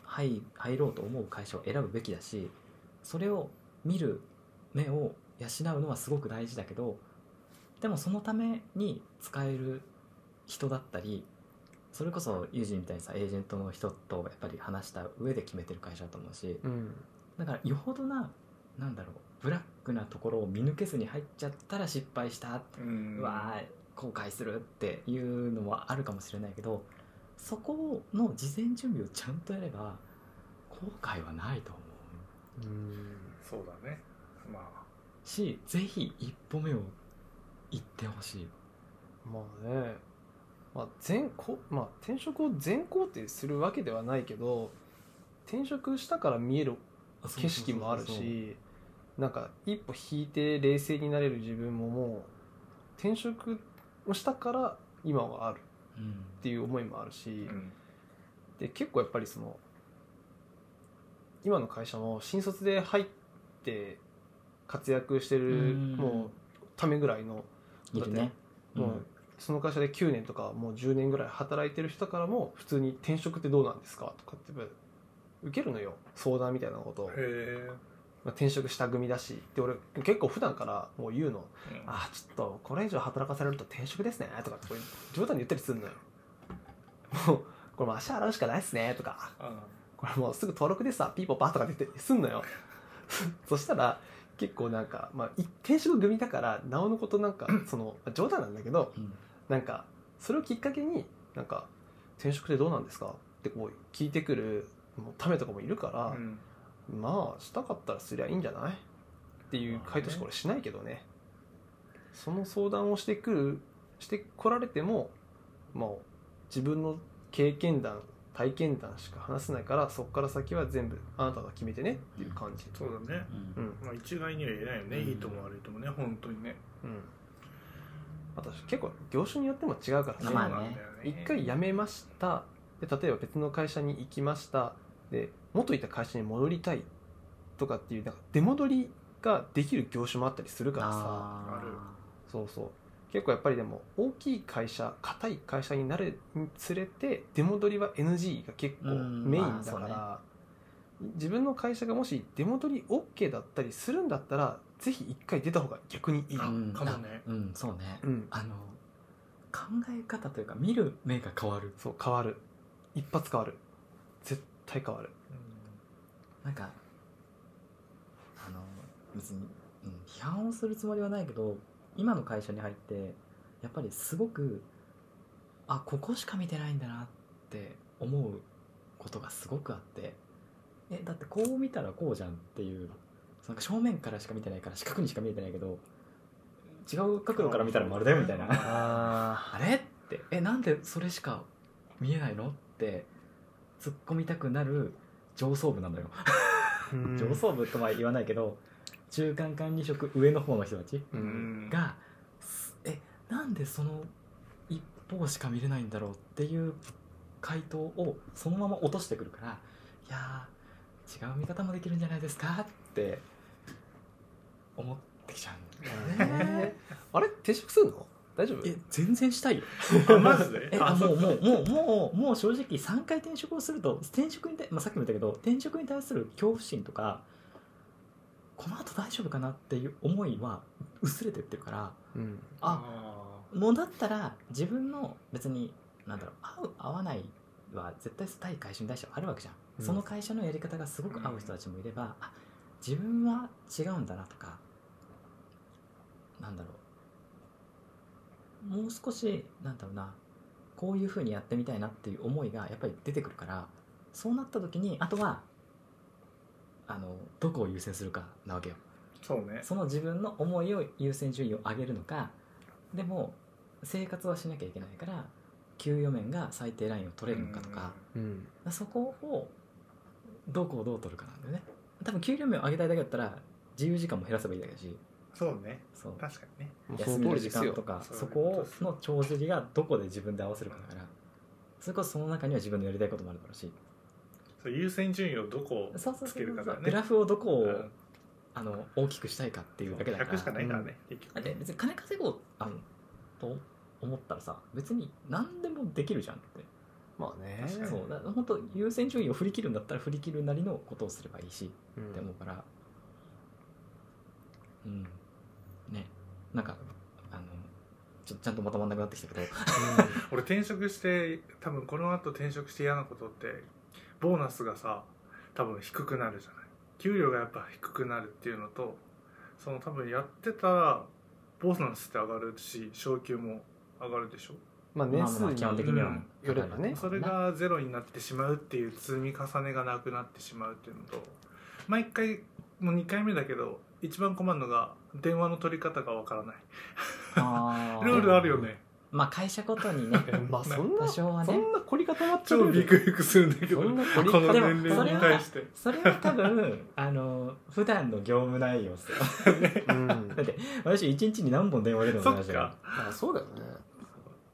Speaker 2: 入入ろうと思う会社を選ぶべきだしそれを見る目を養うのはすごく大事だけどでもそのために使える人だったりそれこそ友人みたいにさエージェントの人とやっぱり話した上で決めてる会社だと思うし
Speaker 3: うん
Speaker 2: だからよほどななんだろうブラックなところを見抜けずに入っちゃったら失敗した
Speaker 1: うん
Speaker 2: うわー後悔するっていうのはあるかもしれないけどそこの事前準備をちゃんとやれば後悔はないと思
Speaker 3: う
Speaker 2: う
Speaker 3: ん
Speaker 1: そうだねまあ
Speaker 2: しぜひ一歩目を行ってほしい、
Speaker 3: まあね、まあ、全こまあ転職を全肯定するわけではないけど転職したから見える景色もあるしなんか一歩引いて冷静になれる自分ももう転職をしたから今はある
Speaker 2: うん
Speaker 3: っていう思いもあるし、
Speaker 1: うん
Speaker 3: で結構やっぱりその今の会社も新卒で入って活躍してる
Speaker 2: うん
Speaker 3: もうためぐらいの
Speaker 2: いるね
Speaker 3: もうその会社で9年とかもう10年ぐらい働いてる人からも普通に転職ってどうなんですかとかって受けるのよ相談みたいなことを
Speaker 1: へ、え
Speaker 3: まあ、転職した組だしで俺結構普段からもう言うの「
Speaker 1: あ
Speaker 3: ああちょっとこれ以上働かされると転職ですね」とかってこう冗談で言ったりするのよもうこれもう足洗うしかないっすねとか
Speaker 1: あ
Speaker 3: これもうすぐ登録でさピーポーパーとか出てすんのよ そしたら結構なんか、まあ、一定職組だからなおのことなんかそのまあ冗談なんだけど
Speaker 2: うん
Speaker 3: なんかそれをきっかけになんか転職ってどうなんですかってこう聞いてくるもうためとかもいるから
Speaker 1: あ、うん、
Speaker 3: まあしたかったらすりゃいいんじゃないっていう回答しか俺しないけどねその相談をしてくるしてこられてもまあ自分の経験談体験談しか話せないからそこから先は全部あなたが決めてねっていう感じ
Speaker 1: そうだね、
Speaker 2: うん
Speaker 3: うん
Speaker 1: まあ、一概には言えないよね、
Speaker 2: うん
Speaker 1: いいとも悪いともね本当にね
Speaker 3: うんあと結構業種によっても違うから
Speaker 1: そう
Speaker 2: ま
Speaker 1: な
Speaker 2: あ
Speaker 1: んだ
Speaker 2: ね
Speaker 1: よね
Speaker 3: 一回辞めましたで例えば別の会社に行きましたで元いた会社に戻りたいとかっていうなんか出戻りができる業種もあったりするからさ
Speaker 2: あー
Speaker 1: ある
Speaker 3: そうそう結構やっぱりでも大きい会社硬い会社になるにつれて出戻りは NG が結構
Speaker 2: うん
Speaker 3: メインだから、
Speaker 2: ま
Speaker 3: 自分の会社がもし出戻り OK だったりするんだったらぜひ一回出た方が逆にいい、
Speaker 1: あ
Speaker 2: うん
Speaker 1: かもね
Speaker 2: あうんそうね
Speaker 3: うん、
Speaker 2: あの考え方というか見る目が変わる
Speaker 3: そう変わる一発変わる絶対変わる
Speaker 2: なんかあの別に、うん、批判をするつもりはないけど今の会社に入ってやっぱりすごくあここしか見てないんだなって思うことがすごくあってえだってこう見たらこうじゃんっていうなんか正面からしか見てないから四角にしか見えてないけど違う角度から見たら丸だよみたいな。
Speaker 3: あ
Speaker 2: あれってえなんでそれしか見えないのって突っ込みたくなる上層部なんだよ、
Speaker 3: うん
Speaker 2: 上層部とは言わないけど中間管理職上の方の人たち
Speaker 1: うん、
Speaker 2: が、すえなんでその一方しか見れないんだろうっていう回答をそのまま落としてくるからいやー違う見方もできるんじゃないですかって思ってきちゃうんだよね。
Speaker 3: あれ転職するの大丈夫
Speaker 2: え全然した いよ
Speaker 1: あマジで
Speaker 2: えあもうもうもうもうもう正直3回転職をすると転職に対、まあ、さっきも言ったけど転職に対する恐怖心とかこの後大丈夫かなっていう思いは薄れてってるから
Speaker 3: うん
Speaker 2: あ
Speaker 1: あ
Speaker 2: もうだったら自分の別になんだろう合う合わないは絶対対会社に対してはあるわけじゃん、
Speaker 3: うん
Speaker 2: その会社のやり方がすごく合う人たちもいれば、あ自分は違うんだなとかなんだろうもう少しなんだろうなこういうふうにやってみたいなっていう思いがやっぱり出てくるからそうなった時にあとはあのどこを優先するかなわけよ
Speaker 1: そうね
Speaker 2: その自分の思いを優先順位を上げるのかでも生活はしなきゃいけないから給与面が最低ラインを取れるのかとか、
Speaker 3: うん
Speaker 2: そこをどこをどう取るかなんだよね多分給料面を上げたいだけだったら自由時間も減らせばいいだけだし
Speaker 1: うんそうね
Speaker 2: そう
Speaker 1: 確かにね
Speaker 3: もうその
Speaker 2: 休み
Speaker 3: 通
Speaker 2: の
Speaker 3: り
Speaker 2: 時
Speaker 3: です
Speaker 2: 間
Speaker 3: よ
Speaker 2: とか
Speaker 1: そう
Speaker 2: そこをの帳尻がどこで自分で合わせるかだからそれこそその中には自分のやりたいこともあるだろうし
Speaker 1: そう優先順位をどこ
Speaker 2: そうそう
Speaker 1: つ
Speaker 2: そう
Speaker 1: ける
Speaker 2: そ
Speaker 1: か
Speaker 2: う
Speaker 1: だね
Speaker 2: グラフをどこを、
Speaker 1: うん
Speaker 2: あの大きくしたいかっていうだけだから
Speaker 1: 100しかないからね、結
Speaker 2: だっ
Speaker 1: 局
Speaker 2: て
Speaker 1: ね
Speaker 2: 別に金稼ごうあのと思ったらさ別に何でもできるじゃんって、
Speaker 3: まあね
Speaker 1: 確かに
Speaker 2: そうだから本当優先順位を振り切るんだったら振り切るなりのことをすればいいし
Speaker 3: うん
Speaker 2: って思うからうんねなんかあのちょちゃんとまとまんなくなってきたけど
Speaker 1: 俺転職して多分この後転職して嫌なことってボーナスがさ多分低くなるじゃない給料がやっぱ低くなるっていうのとその多分やってたらボーナスって上がるし昇給も上がるでしょ
Speaker 3: まあ
Speaker 2: ま
Speaker 3: 年
Speaker 2: あ
Speaker 3: 数
Speaker 2: まあまあ基本的には
Speaker 3: よればね
Speaker 1: それがゼロになってしまうっていう積み重ねがなくなってしまうっていうのと毎回もう2回目だけど一番困るのが電話の取り方がわからない
Speaker 2: あ
Speaker 1: ルールあるよね
Speaker 2: まあ会社ごと にね
Speaker 3: まあそん
Speaker 2: 多
Speaker 3: なそ
Speaker 2: 少はね
Speaker 3: んな凝り固まっちゃ
Speaker 1: 超
Speaker 3: う
Speaker 1: ビクビクするんだけど
Speaker 3: そんな凝り
Speaker 1: この
Speaker 3: 固
Speaker 2: で
Speaker 1: 年
Speaker 3: ま
Speaker 2: もそれ
Speaker 1: 齢に
Speaker 2: は
Speaker 1: 対して
Speaker 2: それは多分あの普段の業務内容ですよ
Speaker 3: うん
Speaker 2: だって私一日に何本電話出るの
Speaker 1: そ
Speaker 2: か
Speaker 1: っか
Speaker 3: まあそうだよね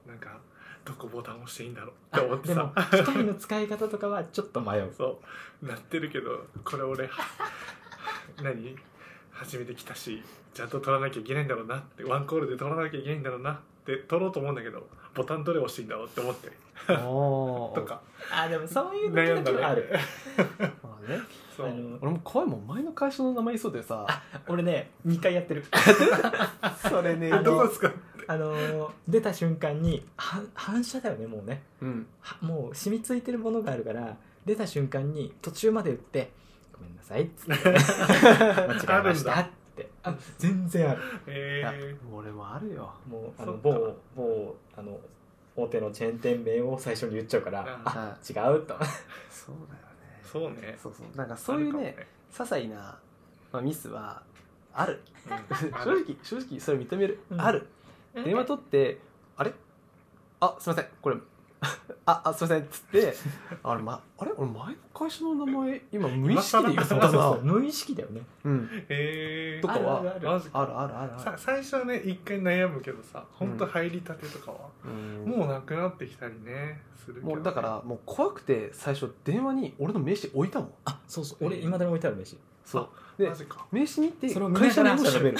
Speaker 1: なんかどこボタン押していいんだろう
Speaker 2: あ
Speaker 1: って思っ
Speaker 2: で
Speaker 1: て
Speaker 2: も
Speaker 1: さ
Speaker 2: 機械の使い方とかはちょっと迷う
Speaker 1: そうなってるけどこれ 俺何初めて来たしちゃんと取らなきゃいけないんだろうなってワンコールで取らなきゃいけないんだろうなで撮ろうと思うんだけどボタンどれ押していいんだろうって思って
Speaker 3: と
Speaker 1: とか
Speaker 2: あでもそういう
Speaker 1: 悩ん
Speaker 2: 時
Speaker 1: だね
Speaker 2: 々ある、
Speaker 3: まあね、
Speaker 1: そう
Speaker 2: あの
Speaker 3: 俺も怖いもん前の会社の名前言いそうでさ
Speaker 2: 俺ね2回やって る
Speaker 3: それね
Speaker 1: えどこですか
Speaker 2: あのー出た瞬間に反反射だよねもうね
Speaker 3: うん
Speaker 2: はもう染みついてるものがあるから出た瞬間に途中まで打って「ごめんなさい」っつ って間違えました
Speaker 1: あるんだ
Speaker 2: ってあ全然ある
Speaker 1: え
Speaker 3: 俺もあるよ
Speaker 2: もうあ
Speaker 1: そ
Speaker 2: の
Speaker 1: っか
Speaker 2: 某某あの大手のチェーン店名を最初に言っちゃうから
Speaker 1: うん
Speaker 2: あ
Speaker 3: はい
Speaker 2: 違うと
Speaker 3: そうだよね
Speaker 1: ー、そうね
Speaker 3: そうそうなんかそういうね些細な、まあ、ミスはある
Speaker 1: ある か
Speaker 3: 正
Speaker 1: もね、うんある
Speaker 3: 直正直それ認める、
Speaker 2: うん
Speaker 3: ある電話取って「あれあすいませんこれ ああすいません」っつ って「あれ,、ま、あれ俺前の会社の名前今無意識で言った
Speaker 2: そう
Speaker 3: な
Speaker 2: そうそう無意識だよね
Speaker 3: うん
Speaker 1: え
Speaker 3: と
Speaker 1: ー、
Speaker 3: かは
Speaker 2: あるあるあ
Speaker 1: マ
Speaker 2: る
Speaker 1: ジか
Speaker 3: あるあるあるあ
Speaker 1: さ
Speaker 3: る
Speaker 1: 最初はね一回悩むけどさ本当
Speaker 3: うん
Speaker 1: 入りたてとかは、
Speaker 3: うん
Speaker 1: もうなくなってきたりねするけど、ね、
Speaker 3: もうだからもう怖くて最初電話に俺の名刺置いたもん
Speaker 2: あそうそう俺いまだに置いてある飯
Speaker 3: そうで
Speaker 1: マジか
Speaker 3: 名刺に行って
Speaker 2: それを見なが
Speaker 3: 会
Speaker 2: ら
Speaker 3: 社の名前を喋る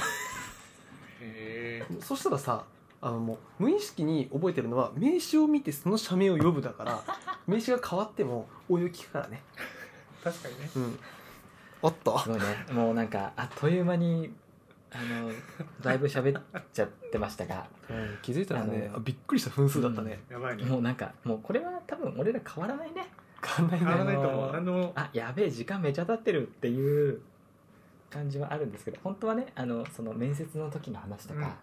Speaker 1: へ
Speaker 3: そしたらさあのもう無意識に覚えてるのは名刺を見てその社名を呼ぶだ から名刺が変わっても応用聞くからね
Speaker 1: ー確かにね
Speaker 3: うんおっと
Speaker 2: すごいねもうなんかあっという間にあのだいぶ喋っちゃってましたが
Speaker 3: うん気づいたらね
Speaker 2: あの
Speaker 3: あびっくりした分数だったね、
Speaker 1: やばいね
Speaker 2: もうなんかもうこれは多分俺ら変わらないね
Speaker 3: 変わんない
Speaker 1: 変
Speaker 3: ね
Speaker 1: わらないと
Speaker 2: あのー
Speaker 1: 思う何でも
Speaker 2: あやべえ時間めちゃ経ってるっていう感じはあるんですけど本当はねあのその面接の時の話とか、
Speaker 3: なあ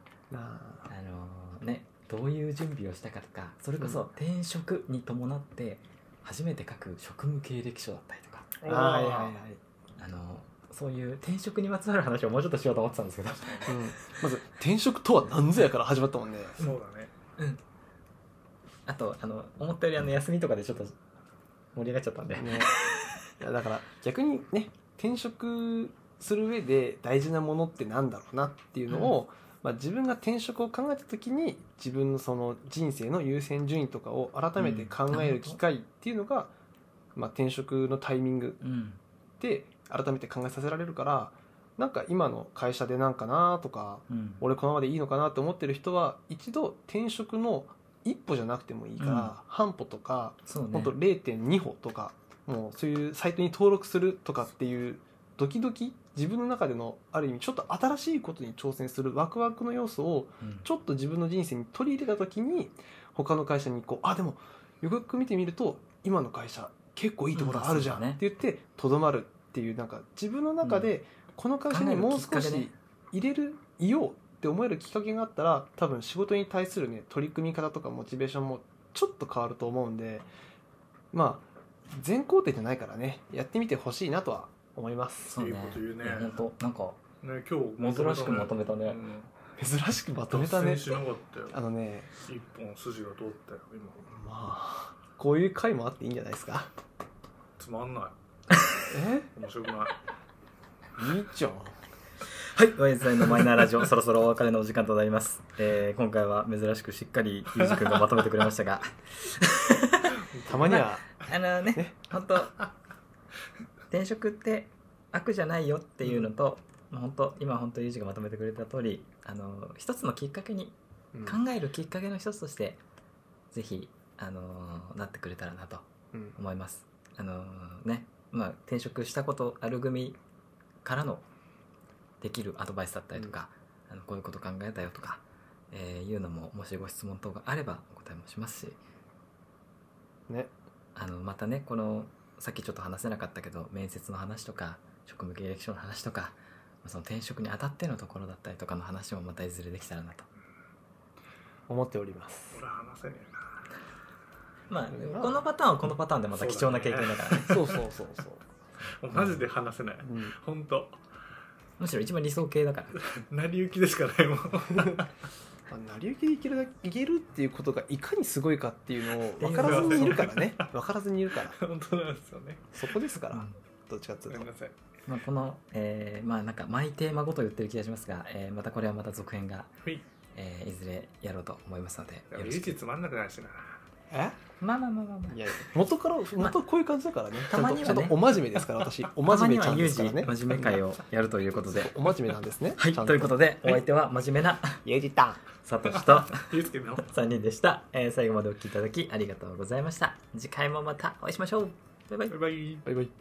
Speaker 2: あのねどういう準備をしたかとかそれこそ転職に伴って初めて書く職務経歴書だったりとか
Speaker 3: はいはい
Speaker 1: あ
Speaker 3: はい、
Speaker 2: あのそういう転職にまつわる話をもうちょっとしようと思ってたんですけど、
Speaker 3: うん、まず転職とは何ぞやから始まったもんね
Speaker 1: ーそうだね
Speaker 2: うん、あとあの思ったよりあの休みとかでちょっと盛り上がっちゃったんで、
Speaker 3: ねいやだから逆にね転職する上で大事なものってなんだろうなっていうのを、まあ、自分が転職を考えた時に自分のその人生の優先順位とかを改めて考える機会っていうのが、まあ、転職のタイミング
Speaker 2: うん
Speaker 3: で改めて考えさせられるからなんか今の会社でなんかなとか
Speaker 2: うん、
Speaker 3: 俺このままでいいのかなと思ってる人は一度転職の一歩じゃなくてもいいから、
Speaker 2: うん
Speaker 3: 半歩とか
Speaker 2: そうね
Speaker 3: 本当0.2歩とかもうそういうサイトに登録するとかっていうドキドキ自分の中でのある意味ちょっと新しいことに挑戦するワクワクの要素を
Speaker 2: うん
Speaker 3: ちょっと自分の人生に取り入れた時に他の会社にこうあでもよくよく見てみると今の会社結構いいところあるじゃ
Speaker 2: う
Speaker 3: ん
Speaker 2: んそう
Speaker 3: っ
Speaker 2: だね
Speaker 3: て言ってとどまるっていうなんか自分の中でこの会社にもう
Speaker 2: 考え
Speaker 3: 少
Speaker 2: るきっかけね
Speaker 3: し入れるいようって思えるきっかけがあったら多分仕事に対するね取り組み方とかモチベーションもちょっと変わると思うんでまあ全工程じゃないからねやってみてほしいなとは思います
Speaker 2: そうね
Speaker 1: いいこと言うね
Speaker 2: いや本当なんか
Speaker 1: ね
Speaker 2: 珍
Speaker 1: 今日たね
Speaker 2: しくまとめたね、
Speaker 1: うん
Speaker 3: 珍しくまとめた
Speaker 1: 脱
Speaker 3: ね
Speaker 1: 線しなかったよ
Speaker 3: あのね
Speaker 1: 一本筋が通ったよ今
Speaker 3: まあこういう回もあっていいんじゃないですか
Speaker 1: つまんない
Speaker 3: え
Speaker 1: 面白くない
Speaker 3: いいじゃん
Speaker 2: はい、YSI のマイナーラジ オ、そろそろお別れのお時間となります。えー、今回は珍しくしっかりゆうじくんがまとめてくれました が、
Speaker 3: たまには
Speaker 2: あのね、本当転職って悪じゃないよっていうのと、まあ本当今本当ゆうじがまとめてくれた通り、あの一つのきっかけに
Speaker 3: うん
Speaker 2: 考えるきっかけの一つとして、ぜひあのなってくれたらなと
Speaker 3: うん
Speaker 2: 思います。あのね、まあ転職したことある組からのできるアドバイスだったりとか、あのこういうこと考えたよとか、えーいうのももしご質問等があればお答えもしますし、
Speaker 3: ね
Speaker 2: あのまたねこのさっきちょっと話せなかったけど面接の話とか職務経歴書の話とかその転職にあたってのところだったりとかの話もまたいずれできたらなと。
Speaker 3: 思っております
Speaker 1: 俺話せねえな
Speaker 2: ま
Speaker 3: う
Speaker 2: あ
Speaker 3: ん
Speaker 2: このパターンはこのパターンでまた貴重な経験だから、ね
Speaker 3: そうそうそうそう
Speaker 1: もうマジで話せない
Speaker 3: うん
Speaker 1: 本当
Speaker 2: むしろ一番理想形だから。
Speaker 1: 成り行きでしかない もん
Speaker 3: まあ成り行きでいけるだいけるっていうことがいかにすごいかっていうのを分からずにいるからね分からずにいるから
Speaker 1: 本当なんですよね
Speaker 3: そこですか
Speaker 2: う
Speaker 3: ら
Speaker 2: ん
Speaker 3: どっちかって
Speaker 1: ご
Speaker 3: いう
Speaker 1: め
Speaker 3: と
Speaker 1: んなさい
Speaker 2: まあ、この、えーまあなんかマイテーマごと言ってる気がしますが、えーまたこれはまた続編が、
Speaker 1: はい
Speaker 2: えーいずれやろうと思いますので
Speaker 1: でも
Speaker 2: よろ
Speaker 1: 唯
Speaker 2: しく
Speaker 1: 一つまんなくないしな
Speaker 3: え
Speaker 2: まあまあまあまあまあ
Speaker 3: いやいや元から元こういう感じだからねちゃん
Speaker 2: ま
Speaker 3: と
Speaker 2: にはね
Speaker 3: ちゃんとお真面目ですから私お
Speaker 2: た
Speaker 3: 真
Speaker 2: ま
Speaker 3: 面
Speaker 2: に
Speaker 3: 目ちゃ
Speaker 2: は
Speaker 3: ん
Speaker 2: 有
Speaker 3: です
Speaker 2: 事
Speaker 3: からね
Speaker 2: 真面目会をやるということで
Speaker 3: お真面目なんですね
Speaker 2: はいということ
Speaker 3: で
Speaker 2: でお相手は真面目な
Speaker 3: ゆうじたん
Speaker 2: サトシと
Speaker 1: ゆうすけの
Speaker 2: 3人でした、えー最後までお聞きいただきありがとうございました次回もまたお会いしましょうバイバイ
Speaker 1: バイバイ
Speaker 3: バイバイ